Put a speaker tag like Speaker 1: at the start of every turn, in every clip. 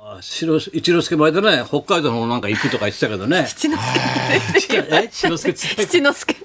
Speaker 1: あ白一之輔前でね北海道の方なんか行くとか言ってたけど ね
Speaker 2: 七之助って
Speaker 1: え七之助っつって
Speaker 2: 七之助 っ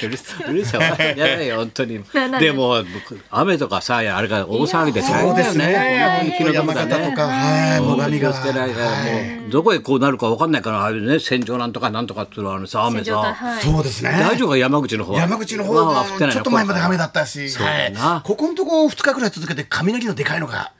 Speaker 2: て
Speaker 1: うるさいうるさい わやだよ本当に
Speaker 2: なな
Speaker 1: でも雨とかさあれから大騒ぎで大
Speaker 3: そ
Speaker 1: 変
Speaker 3: うで
Speaker 1: だよ
Speaker 3: すね。
Speaker 1: 気の毒
Speaker 3: 山
Speaker 1: だ
Speaker 3: 形
Speaker 1: ね
Speaker 3: とか、はい、
Speaker 1: もう
Speaker 3: 最上
Speaker 1: 気を
Speaker 3: 川。
Speaker 1: つけないから
Speaker 3: はい
Speaker 1: もうどこへこうなるかわかんないからああいうね戦場なんとかなんとかっていうのはあのさ雨
Speaker 2: 状態
Speaker 1: さ
Speaker 2: はい
Speaker 3: そうですね。
Speaker 1: 大丈夫か山口の方は
Speaker 3: 山口の方は
Speaker 1: まあ降てないの
Speaker 3: ちょっと前まで雨だったし、
Speaker 1: うだよな
Speaker 3: はいここのとこ2日くらい続けて雷のでかいのが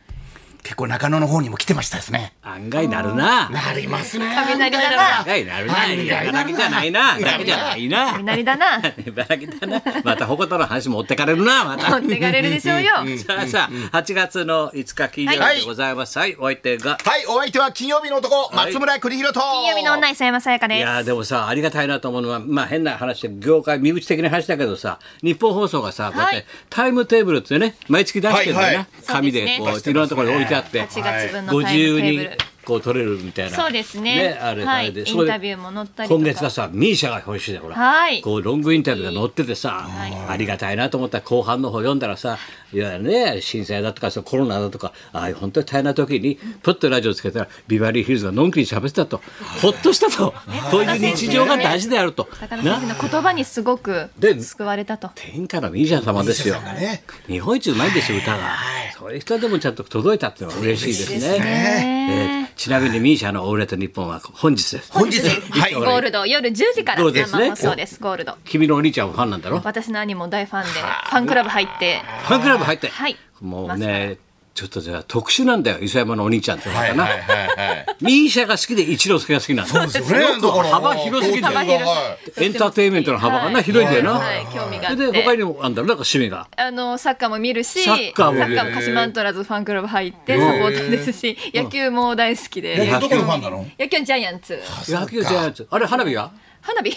Speaker 3: 結構中野の方にも来てましたですね。
Speaker 1: 案外なるな
Speaker 3: なりますね。
Speaker 2: 雷だ
Speaker 1: 案
Speaker 2: な
Speaker 1: 外なるな
Speaker 3: はい
Speaker 1: いやだけじゃないなだけじゃないな
Speaker 2: 雷だな
Speaker 1: 茨城だなまた鉾田の話持ってかれるなまた
Speaker 2: 持ってかれるでしょうよ
Speaker 1: さあさあ8月の5日金曜日でございますはい、お相手が
Speaker 3: はい、お相手は金曜日の男、
Speaker 1: い
Speaker 3: 松村邦弘と。
Speaker 2: 金曜日の女磯山さやか
Speaker 1: い
Speaker 2: です
Speaker 1: やーでもさありがたいなと思うのはまあ変な話で業界身内的な話だけどさ日本放送がさこうやっ
Speaker 2: はい
Speaker 1: てタイムテーブルってね毎月出してるんだよな、
Speaker 3: はいはい
Speaker 1: 紙でこう
Speaker 2: そうですね
Speaker 1: いろんなところに置いてあって、
Speaker 2: 8月分の
Speaker 1: ご
Speaker 2: タ
Speaker 1: 自
Speaker 2: イ
Speaker 1: 由
Speaker 2: ムテーブ
Speaker 1: に
Speaker 2: ル
Speaker 1: こう取れるみたいな
Speaker 2: そうですね
Speaker 1: あれ
Speaker 2: は
Speaker 1: あ
Speaker 2: い
Speaker 1: れで、
Speaker 2: イン
Speaker 1: それで
Speaker 2: タビューも載ったりとか
Speaker 1: 今月がさミーシャが表紙でほら、
Speaker 2: はい
Speaker 1: こうロングインタビューが載っててさ、ありがたいなと思ったら後半の方読んだらさいわゆるね震災だとかそのコロナだとかああいう本当に大変な時にプッとラジオつけたらビバリーヒルズがのんきに喋ってたとほっとしたとこういう日常が大事であると。
Speaker 2: 高野先生の言葉にすごく
Speaker 1: で
Speaker 2: 救われたと
Speaker 1: 天下のミーシャ様ですよ
Speaker 3: ミーシャさんがね。
Speaker 1: 日本一うまいんですよ、歌が。そういう人でもちゃんと届いたっていうのは嬉しいですね。えーちなみにミーシャのオールナイト日本は本日です。
Speaker 3: 本日、はい。
Speaker 2: ゴールド夜10時から
Speaker 1: そうですね
Speaker 2: 生放送ですゴールド
Speaker 1: 君のお兄ちゃんはファンなんだろフ
Speaker 2: 私の兄も大ファンでファンクラブ入って
Speaker 1: ァンクラブ入って。
Speaker 2: はい
Speaker 1: もう
Speaker 2: マスタ
Speaker 1: ね、ちょっとじゃあ特殊なんだよ、磯山のお兄ちゃんってのは
Speaker 3: は
Speaker 1: か
Speaker 3: い
Speaker 1: な。
Speaker 3: はいはいはい。
Speaker 1: ミーシャが好きで一之輔が好きなんだ。
Speaker 3: そうですよね
Speaker 1: よく幅広すぎるよ
Speaker 2: 幅広い
Speaker 1: エンターテインメントの幅がな、広いんだよな。
Speaker 2: はい、興味があっ
Speaker 1: で、他
Speaker 2: て。
Speaker 1: にもあんだろ、なんか趣味が。
Speaker 2: あのサッカーも見るし、
Speaker 1: サッカーも
Speaker 2: も鹿島アントラーズファンクラブ入ってサポーターですし、野球も大好きで、
Speaker 3: え
Speaker 2: 野
Speaker 3: ど
Speaker 2: 球
Speaker 3: このファンなの
Speaker 2: 野球ジャイアンツ、
Speaker 1: 野球じゃないやつ。あれ、花火は
Speaker 2: 花火、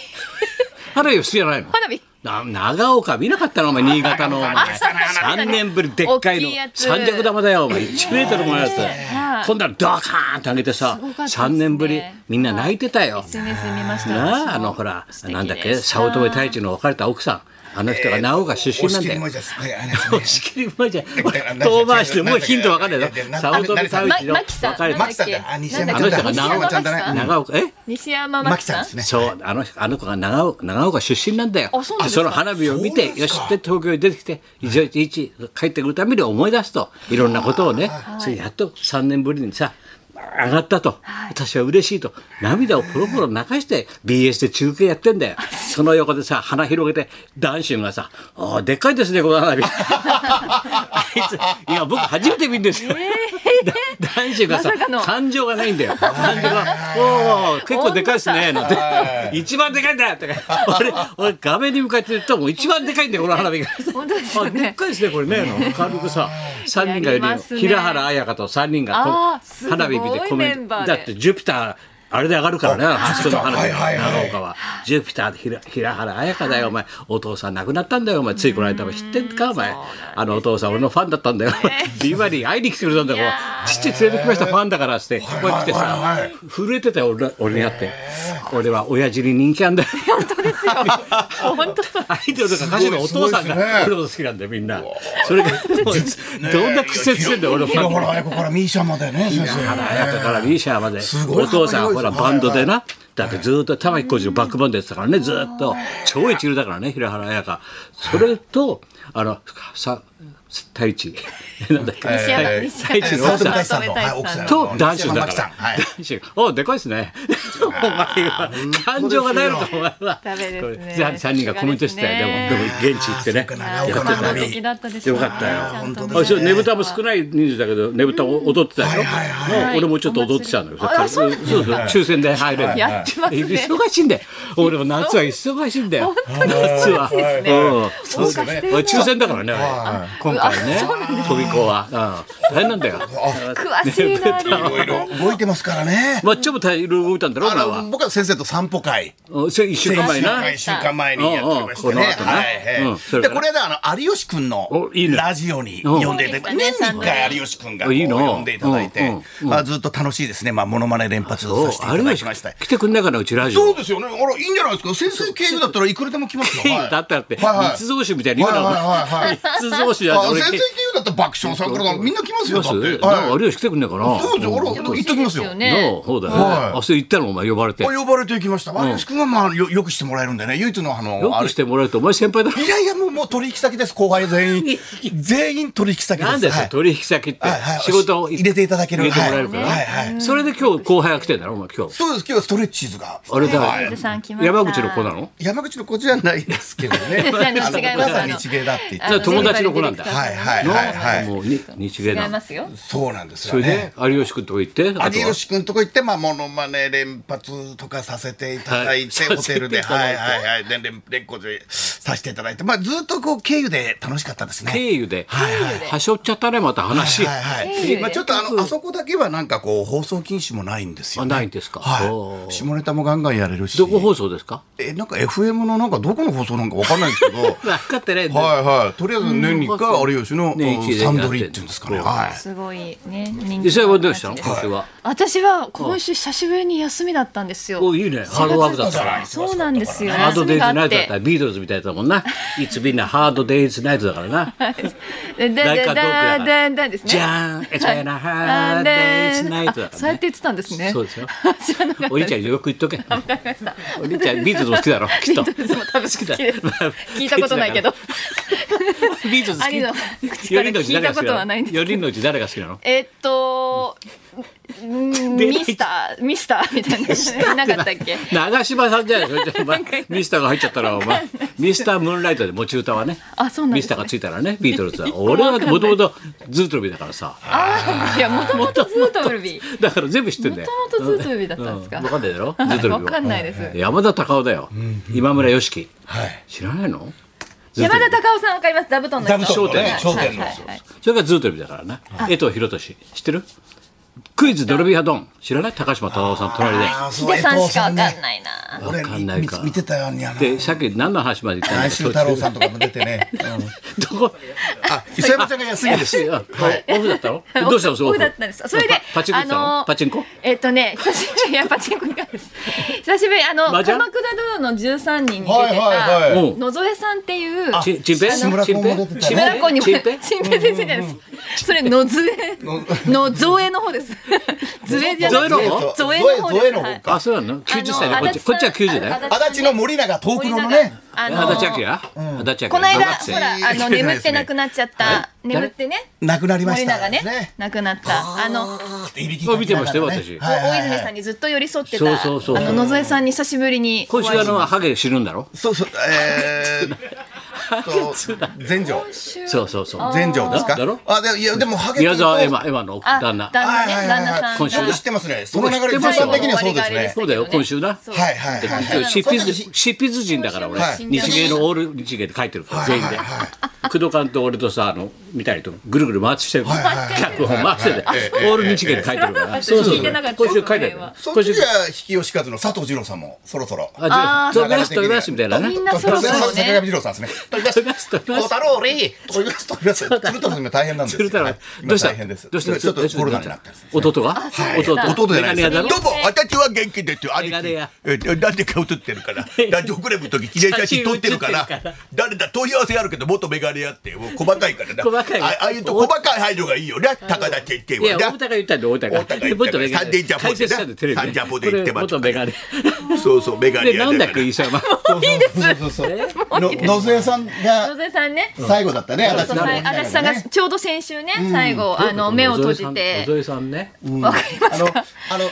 Speaker 1: 花火好きじゃないの
Speaker 2: 花火。
Speaker 1: な長岡見なかったのお前新潟のお前3年ぶりでっかいの
Speaker 2: 大きいやつ
Speaker 1: 三脚玉だよお前1メートルものや
Speaker 2: はい
Speaker 1: つ今度はドカーンと上げてさ
Speaker 2: すごかったですね
Speaker 1: 3年ぶりみんな泣いてたよ
Speaker 2: SNS 見ました。私も
Speaker 1: なああのほら
Speaker 2: 素敵
Speaker 1: なんだっけ
Speaker 2: でした
Speaker 1: 早乙女太一の別れた奥さんあの人が長岡出身なんだよ
Speaker 3: もじゃ、はい、あれですね
Speaker 1: 押し切り前じゃん遠回してもうヒントわかんないだろ早乙女太一の
Speaker 2: まマキさん、
Speaker 1: 別れた
Speaker 2: なんだっ
Speaker 3: マ
Speaker 2: け
Speaker 3: キさんだあ西山
Speaker 1: あの人が
Speaker 2: 西
Speaker 1: 長
Speaker 2: 山
Speaker 1: 岡
Speaker 3: ちゃんだ
Speaker 2: マキさ
Speaker 3: ねうん
Speaker 1: 長岡え
Speaker 2: 西山マ
Speaker 3: マ
Speaker 2: キさ
Speaker 3: キさ
Speaker 2: ん
Speaker 3: んですね。
Speaker 1: そう、あのあの子が長岡長岡出身なんだよ。
Speaker 2: あそうなんですか
Speaker 1: の花火を見て、
Speaker 3: そう
Speaker 1: よ
Speaker 3: で
Speaker 1: し
Speaker 3: すか
Speaker 1: で東京に出てきて、いちいちいち帰ってくるために思い出すと、いろんなことをね、それでやっと三年ぶりにさ。上がったと、私は嬉しいと涙をポロポロ流して BS で中継やってんだよその横でさ鼻広げて男子がさ「ああでっかいですねこの花火」あいついや僕初めて見るんですよ、 だ男子がさ、
Speaker 2: まさかの
Speaker 1: 感情がないんだよ感情が「おお結構でかいですね」なんて「一番でかいんだよ」とか俺俺画面に向かって言ったらもう一番でかいんだよこの花火が。
Speaker 2: 本当です
Speaker 1: あで
Speaker 2: よ
Speaker 1: っ
Speaker 2: ね。
Speaker 1: かいですねこれねの軽くさ3人がいる
Speaker 2: やりま
Speaker 1: よ
Speaker 2: すね
Speaker 1: 平原綾香と3人がこう
Speaker 2: あーすごい
Speaker 1: 花火見てコメ
Speaker 2: メ
Speaker 1: ン
Speaker 2: ンバ
Speaker 1: ト
Speaker 2: ーで
Speaker 1: だってジュピターあれで上がるからね、あそこの花火、
Speaker 3: はいはいはい
Speaker 1: 長岡は。ジュピターでひら平原綾香だよ、お前。お父さん亡くなったんだよ、お前。ついこの間も知ってんか、お前。あのお父さん、俺のファンだったんだよ。ビバリー会いに来てくれたんだよ。父連れてきました、ファンだからっつって、ここへ来て
Speaker 3: はいはい
Speaker 1: さ
Speaker 3: はい、
Speaker 1: 震えてたよ、俺ら俺に会って。俺は親父に人気あんだよ。
Speaker 2: 本当そう。
Speaker 1: アイドルとか歌手のお父さん
Speaker 3: すごいです
Speaker 1: が
Speaker 3: ね
Speaker 1: 俺のこと好きなんだよみんなそ れがもうどんな苦節してんだよ俺のファ
Speaker 3: ほ
Speaker 1: ン
Speaker 3: らほら、ここからミーシャまでね、先生。
Speaker 1: 綾香からミーシャまです
Speaker 3: ごい
Speaker 1: お父さんはほら
Speaker 3: 幅
Speaker 1: バン
Speaker 3: 広いで
Speaker 1: ドで
Speaker 3: す
Speaker 1: なだってずーっと玉置浩二のバックボーンでやってたからねずーっと超一流だからね平原綾香それとあのさ太一 なんだっけ
Speaker 2: 西山
Speaker 1: 太
Speaker 2: 西
Speaker 1: 太一の
Speaker 3: 早
Speaker 1: 奥
Speaker 3: 乙
Speaker 1: さ
Speaker 3: 女
Speaker 1: ん
Speaker 3: 太一さんの、はい、奥さんの
Speaker 1: と男子だ
Speaker 3: マ
Speaker 1: か
Speaker 3: キさん
Speaker 1: ら
Speaker 3: はい。
Speaker 1: 男子が「 おでかいですね」お前は感情がないのかお前は
Speaker 2: ダメですね
Speaker 1: 3人がコメントしてたよでもでも現地行ってね
Speaker 3: 長
Speaker 1: や
Speaker 3: 岡
Speaker 1: っ
Speaker 3: の
Speaker 1: て
Speaker 3: 花
Speaker 1: たから
Speaker 3: 火
Speaker 2: 感動的だったです
Speaker 1: よかったよ
Speaker 2: 本当
Speaker 1: あ、そうねぶたも少ない人数だけどねぶたを踊ってたよ、
Speaker 3: はいは
Speaker 1: ね俺もちょっと踊ってたんだけど、
Speaker 2: あそうなん
Speaker 1: そうそう抽選で入れる
Speaker 2: やってますね
Speaker 1: 忙しいんだよ俺も夏は忙しいんだよ夏は、
Speaker 2: ですね
Speaker 1: うんそう
Speaker 2: 謳歌してる
Speaker 1: 俺抽選だからね、俺今回ね飛び子は、うん、大変なんだよ
Speaker 2: 詳しいな。
Speaker 3: いろいろ動いてますからね。
Speaker 1: まあちょっと大量動いたんだろう
Speaker 3: あ
Speaker 1: 俺
Speaker 3: の
Speaker 1: は
Speaker 3: 僕は先生と散歩会。
Speaker 1: うんそれ一週間前な
Speaker 3: 一週間前にやっておりましてね。
Speaker 1: うんうんこの後ね
Speaker 3: はい
Speaker 1: うんそれ
Speaker 3: で、
Speaker 1: から
Speaker 3: これであの、有吉くんの
Speaker 1: おいいね
Speaker 3: ラジオに
Speaker 1: うん
Speaker 3: 呼んでいただいて、年に一回有吉くんがこう
Speaker 1: いいの
Speaker 3: 呼んでいただい
Speaker 1: うん
Speaker 3: て
Speaker 1: うん、
Speaker 3: まあずっと楽しいですね。まあ、モノマネ連発
Speaker 1: そう
Speaker 3: させてい
Speaker 1: あ
Speaker 3: た
Speaker 1: れ
Speaker 3: だ
Speaker 1: は
Speaker 3: きました。
Speaker 1: 来てくんないかなうちラジオ
Speaker 3: そうですよね。あら、いいんじゃないですか。先生経由だったらいくらでも来ますよ。は い
Speaker 1: だったらって、
Speaker 3: はいはい
Speaker 1: 密造酒みたいに言うな、
Speaker 3: はいはいはいはい
Speaker 1: 密造酒じゃ
Speaker 3: あ
Speaker 1: 俺
Speaker 3: 先生経由だだったら爆笑さんからだみんな来ますよ。だ
Speaker 1: そ
Speaker 3: っ
Speaker 1: う
Speaker 3: て
Speaker 1: です
Speaker 3: は
Speaker 1: なん
Speaker 3: い。
Speaker 1: か有吉来てくんねえかな
Speaker 3: そうですよ。俺
Speaker 2: で
Speaker 3: 行
Speaker 2: も
Speaker 3: っときますよ。
Speaker 2: いいですよ
Speaker 3: あ
Speaker 2: ね
Speaker 1: なあそうだよね、
Speaker 3: はい
Speaker 1: あそれ行ったのお前呼ばれてよ
Speaker 3: 呼ばれて行きました。有吉君はまあよよくしてもらえるんだよね。唯一のあのあ
Speaker 1: く
Speaker 3: れ
Speaker 1: してもらえるとお前先輩だ
Speaker 3: いやいやもうもう取引先です後輩全員全員取引先です。
Speaker 1: なんですよ、
Speaker 3: はい
Speaker 1: 取引先って、
Speaker 3: はいはい
Speaker 1: 仕事を
Speaker 3: 入れていただける
Speaker 1: 入れてもらえるから、
Speaker 3: はいはいは
Speaker 1: それで今日後輩が来てんだろお前今日
Speaker 3: そうです今日はストレッチーズが。
Speaker 1: あれだ、
Speaker 2: はい水さん来ました
Speaker 1: 山口の子なの
Speaker 3: 山口の子じゃないですけどね。
Speaker 2: あの
Speaker 3: あの
Speaker 2: 違い
Speaker 3: お
Speaker 2: ます
Speaker 3: 母さん日芸だって言って
Speaker 2: あ
Speaker 1: じゃ
Speaker 2: の
Speaker 1: あ友達の子なんだ
Speaker 2: ディレク
Speaker 3: はい
Speaker 2: ター
Speaker 3: はいはいはい。
Speaker 1: もうに日芸
Speaker 2: さ
Speaker 1: なの
Speaker 2: ん違いますよ。
Speaker 3: そうなんです
Speaker 1: そ
Speaker 3: よ
Speaker 1: れ
Speaker 3: ね
Speaker 1: で。有吉君とこ行ってあとは
Speaker 3: 有吉君とこ行って、まあ、モノマネ連発とかさせていただいて、
Speaker 1: はい
Speaker 3: ホテルで、
Speaker 1: させていただ
Speaker 3: は
Speaker 1: て
Speaker 3: いいはいはい、で連連行でさせていただいて、まあ、ずっとこう経由で楽しかったですね。
Speaker 1: 経由で、はしょっちゃったねまた話、
Speaker 3: はいは
Speaker 2: 経由
Speaker 3: い。
Speaker 2: で
Speaker 3: まあ、ちょっとあの、あそこだけはなんかこう、放送禁止もないんですよ、ね。
Speaker 1: あないんですかお
Speaker 3: はい。
Speaker 1: ー
Speaker 3: 下ネタもガンガンやれるし。
Speaker 1: どこ放送ですか。
Speaker 3: え、なんか FM のなんかどこの放送なんかわかんないんですけど
Speaker 1: 分かってないんだよ
Speaker 3: はいはい。とりあえず年に一回有吉の
Speaker 1: 年一でやって
Speaker 3: サンドリーっていうんですかね。
Speaker 1: そう
Speaker 3: はい。
Speaker 2: すごいね。人
Speaker 1: 実
Speaker 2: 気
Speaker 1: 際
Speaker 2: の
Speaker 1: はど
Speaker 2: 話で
Speaker 1: う
Speaker 2: す
Speaker 1: したの今週は、
Speaker 2: 私は今週久しぶりに休みだったんですよ。
Speaker 1: おいいねハローワークだった
Speaker 3: そう
Speaker 1: ら
Speaker 3: だ
Speaker 2: そうなんですよ。
Speaker 1: ハード
Speaker 2: 休
Speaker 1: デ
Speaker 2: み
Speaker 1: イ
Speaker 2: が
Speaker 1: ズナ
Speaker 2: あ
Speaker 1: イトだ
Speaker 2: っ
Speaker 1: ってた。らビートルズみたいだったもんな。いつみんなハードデイズナイトだから な。
Speaker 2: だだだだだだですね。
Speaker 1: じゃん、It's been a hard day's night だ
Speaker 2: あ
Speaker 1: か
Speaker 2: そう
Speaker 1: ら
Speaker 2: やっ
Speaker 1: ね。
Speaker 2: て言ってたんですね。
Speaker 1: そうですよ
Speaker 2: 知らなかった
Speaker 1: お兄ちゃ
Speaker 2: ん。
Speaker 1: んよく言っとけ。お兄ちゃんビートルズも好き だろ。きっと。
Speaker 2: いつも多分好きです。
Speaker 1: 好きだよ
Speaker 2: 聞いたことないけど。
Speaker 1: ビートルズ好
Speaker 2: 兄の
Speaker 1: き。
Speaker 2: 口から
Speaker 1: 四人のうち誰が好
Speaker 2: 聞いたこ
Speaker 1: き
Speaker 2: と
Speaker 1: な
Speaker 2: はないん
Speaker 1: の？
Speaker 2: ですけど
Speaker 1: 四人のうち誰が好きなの？
Speaker 2: えっと、ん
Speaker 1: 出ない
Speaker 2: ミスター、ミスターみたいな、いなかったっけ
Speaker 1: 長嶋さんじゃないそれじゃあお前ミスターが入っちゃったらお 前ミスタームーンライトで持ち歌はね
Speaker 2: あそうなんで
Speaker 1: ミ
Speaker 2: す
Speaker 1: ス
Speaker 2: ね
Speaker 1: ターがついたらねビートルズは俺はもともとズートルビーだからさ
Speaker 2: ああ、いや、もともとズートルビー。
Speaker 1: だから全部知ってんだよ
Speaker 2: もともとズートルビーだったんですか
Speaker 1: う分かんないだろズートルビーは
Speaker 2: わかんないです。
Speaker 1: 山田隆夫だよ、今村良樹
Speaker 3: はい。
Speaker 1: 知らないの
Speaker 2: 山田隆夫さんわかります。座布団の人。
Speaker 3: 座布団の
Speaker 2: は
Speaker 3: ね
Speaker 2: い
Speaker 3: 笑点の
Speaker 2: はいはいはい
Speaker 1: それがズートルビだからな江藤博俊知ってるクイズドルビーハドン知らない高島忠夫さん隣で
Speaker 3: あー
Speaker 2: ヒ
Speaker 3: そう
Speaker 2: デさんしかわかん
Speaker 3: 江藤ね
Speaker 2: ないな。
Speaker 1: わかんないか
Speaker 3: 俺見見てたようにあの
Speaker 1: でさっき何の話まで言ったんだ
Speaker 3: 内
Speaker 1: っけ
Speaker 3: 周太郎さんとかも出て ね。
Speaker 1: ど こ
Speaker 3: あ、磯山ちゃんが安いです。
Speaker 1: 安いよオフだったのどうしたのそれ
Speaker 2: オフだったんです。それで
Speaker 1: パ、パチンコ行ったのパチンコ
Speaker 2: えっとね、 久しぶり、いや、パチンコ行かないです。久しぶり、あの、
Speaker 1: 麻
Speaker 2: 鎌
Speaker 1: 雀
Speaker 2: 倉殿の十三人に出
Speaker 3: はい
Speaker 2: て
Speaker 3: はい
Speaker 1: は
Speaker 2: た
Speaker 1: い、
Speaker 2: 野添さんっていう。
Speaker 1: ちんちんぺ
Speaker 3: 志村
Speaker 1: ちん
Speaker 3: 君も
Speaker 1: ぺ
Speaker 3: 出て
Speaker 1: ちん
Speaker 3: たね
Speaker 1: ぺ
Speaker 2: 志村子にも、
Speaker 1: ち
Speaker 2: ち
Speaker 1: ん
Speaker 2: ん
Speaker 1: ぺ
Speaker 2: ぺ先生じゃないです。それ、野添。 野添の方です。添じゃなく
Speaker 1: 添
Speaker 2: て、
Speaker 1: の方
Speaker 2: 添の方です。
Speaker 3: 添添の方
Speaker 2: はい
Speaker 1: あそうなの
Speaker 2: あの
Speaker 1: 九十歳でこっ
Speaker 2: 足
Speaker 1: ち
Speaker 2: 立
Speaker 1: こっちは九十だよ
Speaker 2: さん
Speaker 3: 足立の森永東北のね。
Speaker 2: あの
Speaker 1: 足立明足立明
Speaker 2: この間、
Speaker 1: 長く
Speaker 2: ほ
Speaker 1: て
Speaker 2: ら、あの、眠ってなくなっちゃった、
Speaker 1: い
Speaker 2: 眠ってね、
Speaker 3: 亡くなりまし
Speaker 2: 森
Speaker 3: た。
Speaker 2: 永ね、亡くなった、あの、
Speaker 3: いびき
Speaker 1: 見てましたよ
Speaker 3: かきな
Speaker 1: 私
Speaker 3: がらねは
Speaker 2: 大
Speaker 3: いはい
Speaker 2: 泉
Speaker 3: はい
Speaker 2: さんにずっと寄り添って
Speaker 1: そう
Speaker 2: た、
Speaker 1: そうそう
Speaker 2: あの野添さんに久しぶりに
Speaker 1: 今
Speaker 2: お会いし
Speaker 1: 週あのハゲ死ぬんだろ
Speaker 3: そうそう、え ー、と、全城。
Speaker 1: そうそうそう
Speaker 3: 全城ですか
Speaker 1: だろ。
Speaker 3: あ、で、いや、でも、ハゲ。
Speaker 1: 宮沢エマエマの
Speaker 2: あ
Speaker 1: 旦那
Speaker 2: 旦那ね、
Speaker 3: はいはい
Speaker 2: 旦
Speaker 3: は
Speaker 2: 那
Speaker 3: い
Speaker 2: さん
Speaker 1: 今
Speaker 2: が
Speaker 3: はい。今
Speaker 1: 週
Speaker 3: 週知ってますね。その流れ、
Speaker 1: 知って
Speaker 3: 一
Speaker 1: ますよ
Speaker 3: 般的にはそ
Speaker 2: 終わり
Speaker 3: うです
Speaker 2: があれで
Speaker 3: ね
Speaker 2: す。
Speaker 1: そうだよ今週な
Speaker 2: そう
Speaker 3: はいはいはい
Speaker 2: は
Speaker 3: はいい。
Speaker 1: 執筆
Speaker 3: そうです
Speaker 1: 執筆人だから俺、
Speaker 3: はい
Speaker 1: 日芸のオール日芸で書いてるから全員で、工藤監と俺とさあのみたいとぐるぐる回してる、脚本回してて、オール日芸で書いてるから、
Speaker 2: はい
Speaker 1: そうそう
Speaker 2: 聞い
Speaker 1: そ
Speaker 2: て
Speaker 1: う
Speaker 2: なかった
Speaker 1: 今週書いてある
Speaker 3: そ
Speaker 1: 今
Speaker 3: っ
Speaker 1: 週
Speaker 3: ちじゃ、引きをしかずの佐藤二郎さんも、そろそろ。
Speaker 1: あ
Speaker 2: あー
Speaker 1: じゃあ飛び出す飛び出すみたいなね
Speaker 2: みんなそろそろ
Speaker 3: 坂
Speaker 2: ね
Speaker 3: 上二郎さんですね。飛び出す、飛び出す、飛び出す。太郎俺、飛び出す、飛び出す。鶴太郎さんが大変なんです
Speaker 1: 鶴
Speaker 3: よ。
Speaker 1: 太郎
Speaker 3: はい
Speaker 1: どうした
Speaker 3: 今大変です。
Speaker 1: どうした
Speaker 3: 今ちょっとコロナになってる。
Speaker 1: 弟が弟
Speaker 3: 弟じゃないです
Speaker 1: メガネ屋だ
Speaker 3: ど
Speaker 1: ろ
Speaker 3: うも私は元気ですよ兄
Speaker 1: メガ
Speaker 3: 貴
Speaker 1: ネ屋
Speaker 3: えなんで顔撮ってるからラジオクレブの時記念写真撮ってるから
Speaker 1: 写真写ってる
Speaker 3: 誰だ問い合わせあるけど元メガネ屋ってもう細かいからな
Speaker 1: 細かい
Speaker 3: あああいうと細かい配慮がいいよな高田先生
Speaker 1: いや大
Speaker 3: は
Speaker 1: 田
Speaker 3: な
Speaker 1: が言ったんで大田が
Speaker 3: 大田が言ったから
Speaker 1: 元メガネ
Speaker 3: サンデージャポでな
Speaker 1: 解説したんでテレビ
Speaker 3: サンデージャポで
Speaker 1: これ
Speaker 3: 言ってます
Speaker 1: 元メガネ
Speaker 3: そうそうメガネ
Speaker 1: で
Speaker 3: 屋
Speaker 1: なんだっけ
Speaker 3: い
Speaker 1: 磯山
Speaker 3: そうそうそうの野添さん
Speaker 2: 野
Speaker 3: が
Speaker 2: 添さんね
Speaker 3: 最後だったね
Speaker 2: そうそうさい足立さんがちょうど先週ね、最後あの目を閉じ
Speaker 1: 小
Speaker 2: て
Speaker 1: 添さんね
Speaker 2: わかりま
Speaker 3: あ
Speaker 2: す
Speaker 3: の
Speaker 2: か
Speaker 3: あの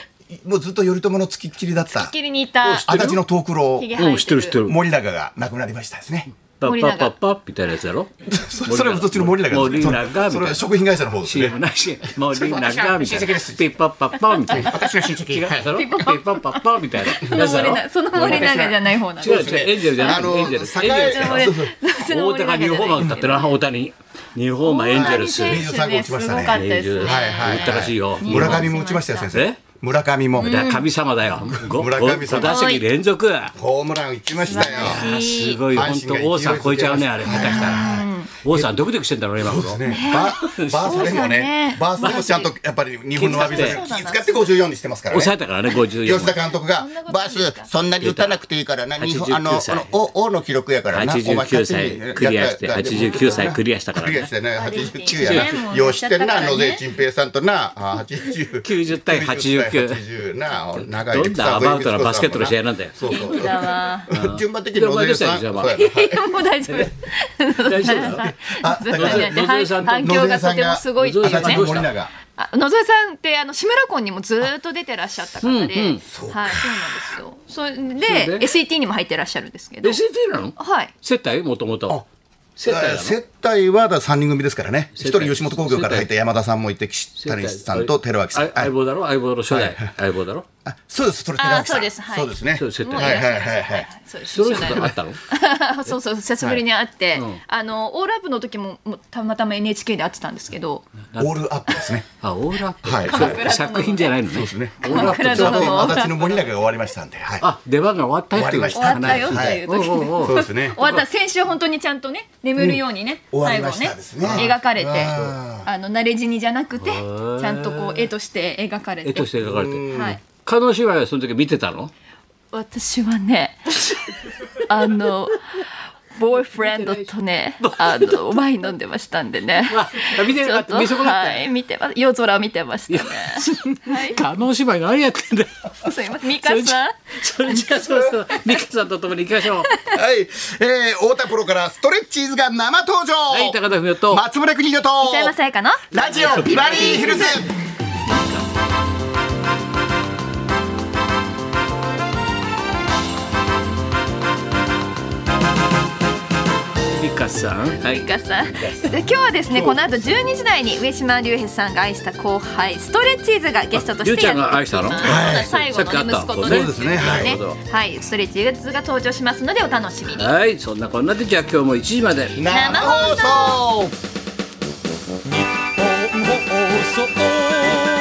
Speaker 3: もうずっと頼朝の付きっきりだった
Speaker 2: っきりにいた
Speaker 3: 足立の遠九郎
Speaker 2: ひげ
Speaker 1: う
Speaker 2: 生
Speaker 1: ん
Speaker 2: え
Speaker 1: 知ってる知ってる
Speaker 3: 森永が亡くなりましたですね
Speaker 1: パッ
Speaker 2: 森
Speaker 1: パッ
Speaker 2: 永
Speaker 1: パッパッみたいなやつだろ
Speaker 3: そそれもそっちの森永ですね
Speaker 1: 森永みたいな
Speaker 3: それは食品会社の方ですね
Speaker 1: CM なし森永みたい
Speaker 4: 私は
Speaker 1: なピ
Speaker 4: 親戚です
Speaker 1: ッパッパッパみたいな
Speaker 4: 私の親戚
Speaker 1: 違うだろピッパッパッパみたい
Speaker 2: そ
Speaker 1: な
Speaker 2: の
Speaker 1: やつだ
Speaker 2: 森
Speaker 1: ろ
Speaker 2: 永その森永じゃない方なん
Speaker 1: 違う
Speaker 2: です
Speaker 1: 違うエンジェルじゃな
Speaker 3: あ
Speaker 1: くて
Speaker 3: の
Speaker 1: エンジェルスエンジェルス
Speaker 3: 栄
Speaker 2: その森その
Speaker 1: 大
Speaker 2: 森
Speaker 1: 田が
Speaker 2: 永
Speaker 1: ニュ
Speaker 2: じ
Speaker 1: ーホーマン
Speaker 2: ゃない
Speaker 1: 歌ってな大谷ニューホーマンエンジェルス
Speaker 2: 大
Speaker 1: エ
Speaker 2: 谷
Speaker 1: ン
Speaker 2: 選手
Speaker 3: 23号来ま
Speaker 2: ねす
Speaker 3: した
Speaker 2: ごか
Speaker 3: ね
Speaker 2: った
Speaker 1: ジェ
Speaker 2: で
Speaker 1: ル
Speaker 2: す
Speaker 1: ス
Speaker 2: ね
Speaker 3: はいはい
Speaker 1: 打ったらしいよ
Speaker 3: 村上も打ちましたよ先生
Speaker 1: え
Speaker 3: 村上も
Speaker 1: だ神様だよごご
Speaker 3: 村
Speaker 1: 5
Speaker 3: 神様
Speaker 1: 打席連続
Speaker 3: ホームラン打ちましたよ
Speaker 1: すごい本当王さん超えちゃうねあれ下手したら王さんドキドキしてんだろうね今頃。
Speaker 3: ね、バーバースでもね、バースでもちゃんとやっぱり日本の詫びさ
Speaker 1: 気遣
Speaker 2: って
Speaker 3: 気使って54にしてますからね
Speaker 1: 抑。えたからね54
Speaker 3: 吉田
Speaker 1: も。
Speaker 3: 監督が
Speaker 2: そんなこ、とな
Speaker 3: バ
Speaker 2: い
Speaker 3: ース、そんなに打たなくていいからな、日本あの、
Speaker 1: 89歳
Speaker 3: あの、お王の記録やからな、お前
Speaker 1: 89歳クリアして
Speaker 3: やった
Speaker 1: 89歳クリアしたから
Speaker 3: クリア
Speaker 1: ね
Speaker 3: し。てね、89
Speaker 2: 89
Speaker 3: や
Speaker 2: 年
Speaker 3: な。
Speaker 2: も
Speaker 3: よう知ってんな、
Speaker 2: やっちゃったからね
Speaker 3: 野勢陳平さんとな、あ80。
Speaker 1: 90対89
Speaker 3: 80な、長い
Speaker 1: どんなアバウトなバスケットの試合なんだよ。
Speaker 3: そうそう。
Speaker 2: だわ。
Speaker 3: 順番的に野勢さん、
Speaker 1: じ
Speaker 3: そ
Speaker 1: ゃあ
Speaker 3: う
Speaker 1: まあ
Speaker 3: やな。
Speaker 2: いや もう大丈夫。
Speaker 1: 大丈夫だよ。
Speaker 3: あ、だから
Speaker 1: 野添さんと
Speaker 2: 反響がとてもすごいってい
Speaker 1: 野添さ
Speaker 2: う
Speaker 1: ん
Speaker 2: ね
Speaker 1: どう。
Speaker 3: 森永。
Speaker 2: あ野添さんってあの志村コンにもずっと出てらっしゃった方で、はい、
Speaker 1: うんうん
Speaker 2: そうなんですよ。それ
Speaker 1: それで
Speaker 2: で SET にも入ってらっしゃるんですけど、
Speaker 1: ST なの？
Speaker 2: はい。
Speaker 1: 接待もともと。接待なの。
Speaker 3: 接待はだ3人組ですからね、一
Speaker 1: 接
Speaker 3: 人
Speaker 1: 待
Speaker 3: 吉本興業から入って山田さんもいて、岸
Speaker 1: 接待
Speaker 3: 谷さんと寺脇さん
Speaker 1: あ、相棒だろ相棒だろ初代相棒だろ。
Speaker 3: あそうです、それ寺脇さん、
Speaker 2: あそうですはい
Speaker 3: そうですね、
Speaker 1: そうです接
Speaker 2: もう
Speaker 1: 待
Speaker 2: い
Speaker 3: はい
Speaker 2: らっし
Speaker 3: は
Speaker 2: ゃ
Speaker 3: い
Speaker 2: います
Speaker 3: はいはい、
Speaker 2: そうです
Speaker 1: その人と会ったの？
Speaker 2: そうそう久しぶりに会って、あのオールアップの時ももうたまたま NHK で会ってたんですけど、
Speaker 3: オールアップですね、
Speaker 1: あオールアップ。
Speaker 3: はい
Speaker 1: それ作品じゃないのね。そうです
Speaker 3: ね
Speaker 1: オールアップ
Speaker 2: 鎌倉
Speaker 3: ちょう
Speaker 2: 殿
Speaker 3: ど
Speaker 2: の
Speaker 3: 私の森永が終わりましたんで、はい、
Speaker 1: あ出番が終わったっていう
Speaker 3: 終
Speaker 2: 終わったよって
Speaker 3: はい
Speaker 2: いう時に、
Speaker 1: おうおうおう
Speaker 3: そうですね
Speaker 2: 終、わった先週本当にちゃんとね眠るようにね、
Speaker 3: うん終
Speaker 2: 最
Speaker 3: わり
Speaker 2: 後
Speaker 3: ました
Speaker 2: ね
Speaker 3: ですね
Speaker 2: 描かれて
Speaker 3: あ
Speaker 2: あの慣れ死にじゃなくてちゃんとこう絵として描かれて
Speaker 1: 絵として描かれてる。
Speaker 2: はい、
Speaker 1: 加納姉妹はその時見てたの？
Speaker 2: 私はねあのボーイフレンドとねあのワイン飲んでましたんでね
Speaker 1: あ見てなかっ
Speaker 2: ちょ
Speaker 1: た見損なっ
Speaker 2: はい見てま夜空を見てましたねはい
Speaker 1: た。加納姉妹何やってんだよ。
Speaker 2: すいませんミカさん
Speaker 1: それじゃあそろそろ美香さんとともに行きましょう。
Speaker 3: はい、えー、太田プロからストレッチーズが生登場、
Speaker 1: はい高田文夫と。
Speaker 3: 松村邦洋と、
Speaker 2: 磯山さやかの
Speaker 3: ラジオビバリーヒルズ。
Speaker 1: 美香さん。はい
Speaker 2: ミ。カさんで今日はですねこの後12時台に上島竜兵さんが愛した後輩ストレッチーズがゲストとして
Speaker 1: ゆうちゃん
Speaker 2: やって
Speaker 1: が愛したの？
Speaker 2: はい、最後のね
Speaker 1: さっ
Speaker 2: 息
Speaker 1: きあった
Speaker 2: 子
Speaker 1: そ
Speaker 2: と
Speaker 1: う
Speaker 3: ですね
Speaker 2: はい、
Speaker 1: なるほ
Speaker 2: はい、ストレッチーズが登場しますのでお楽しみに。
Speaker 1: はい、そんなこんなでじゃあ今日も1時まで。
Speaker 2: 生放
Speaker 3: 送
Speaker 4: 放送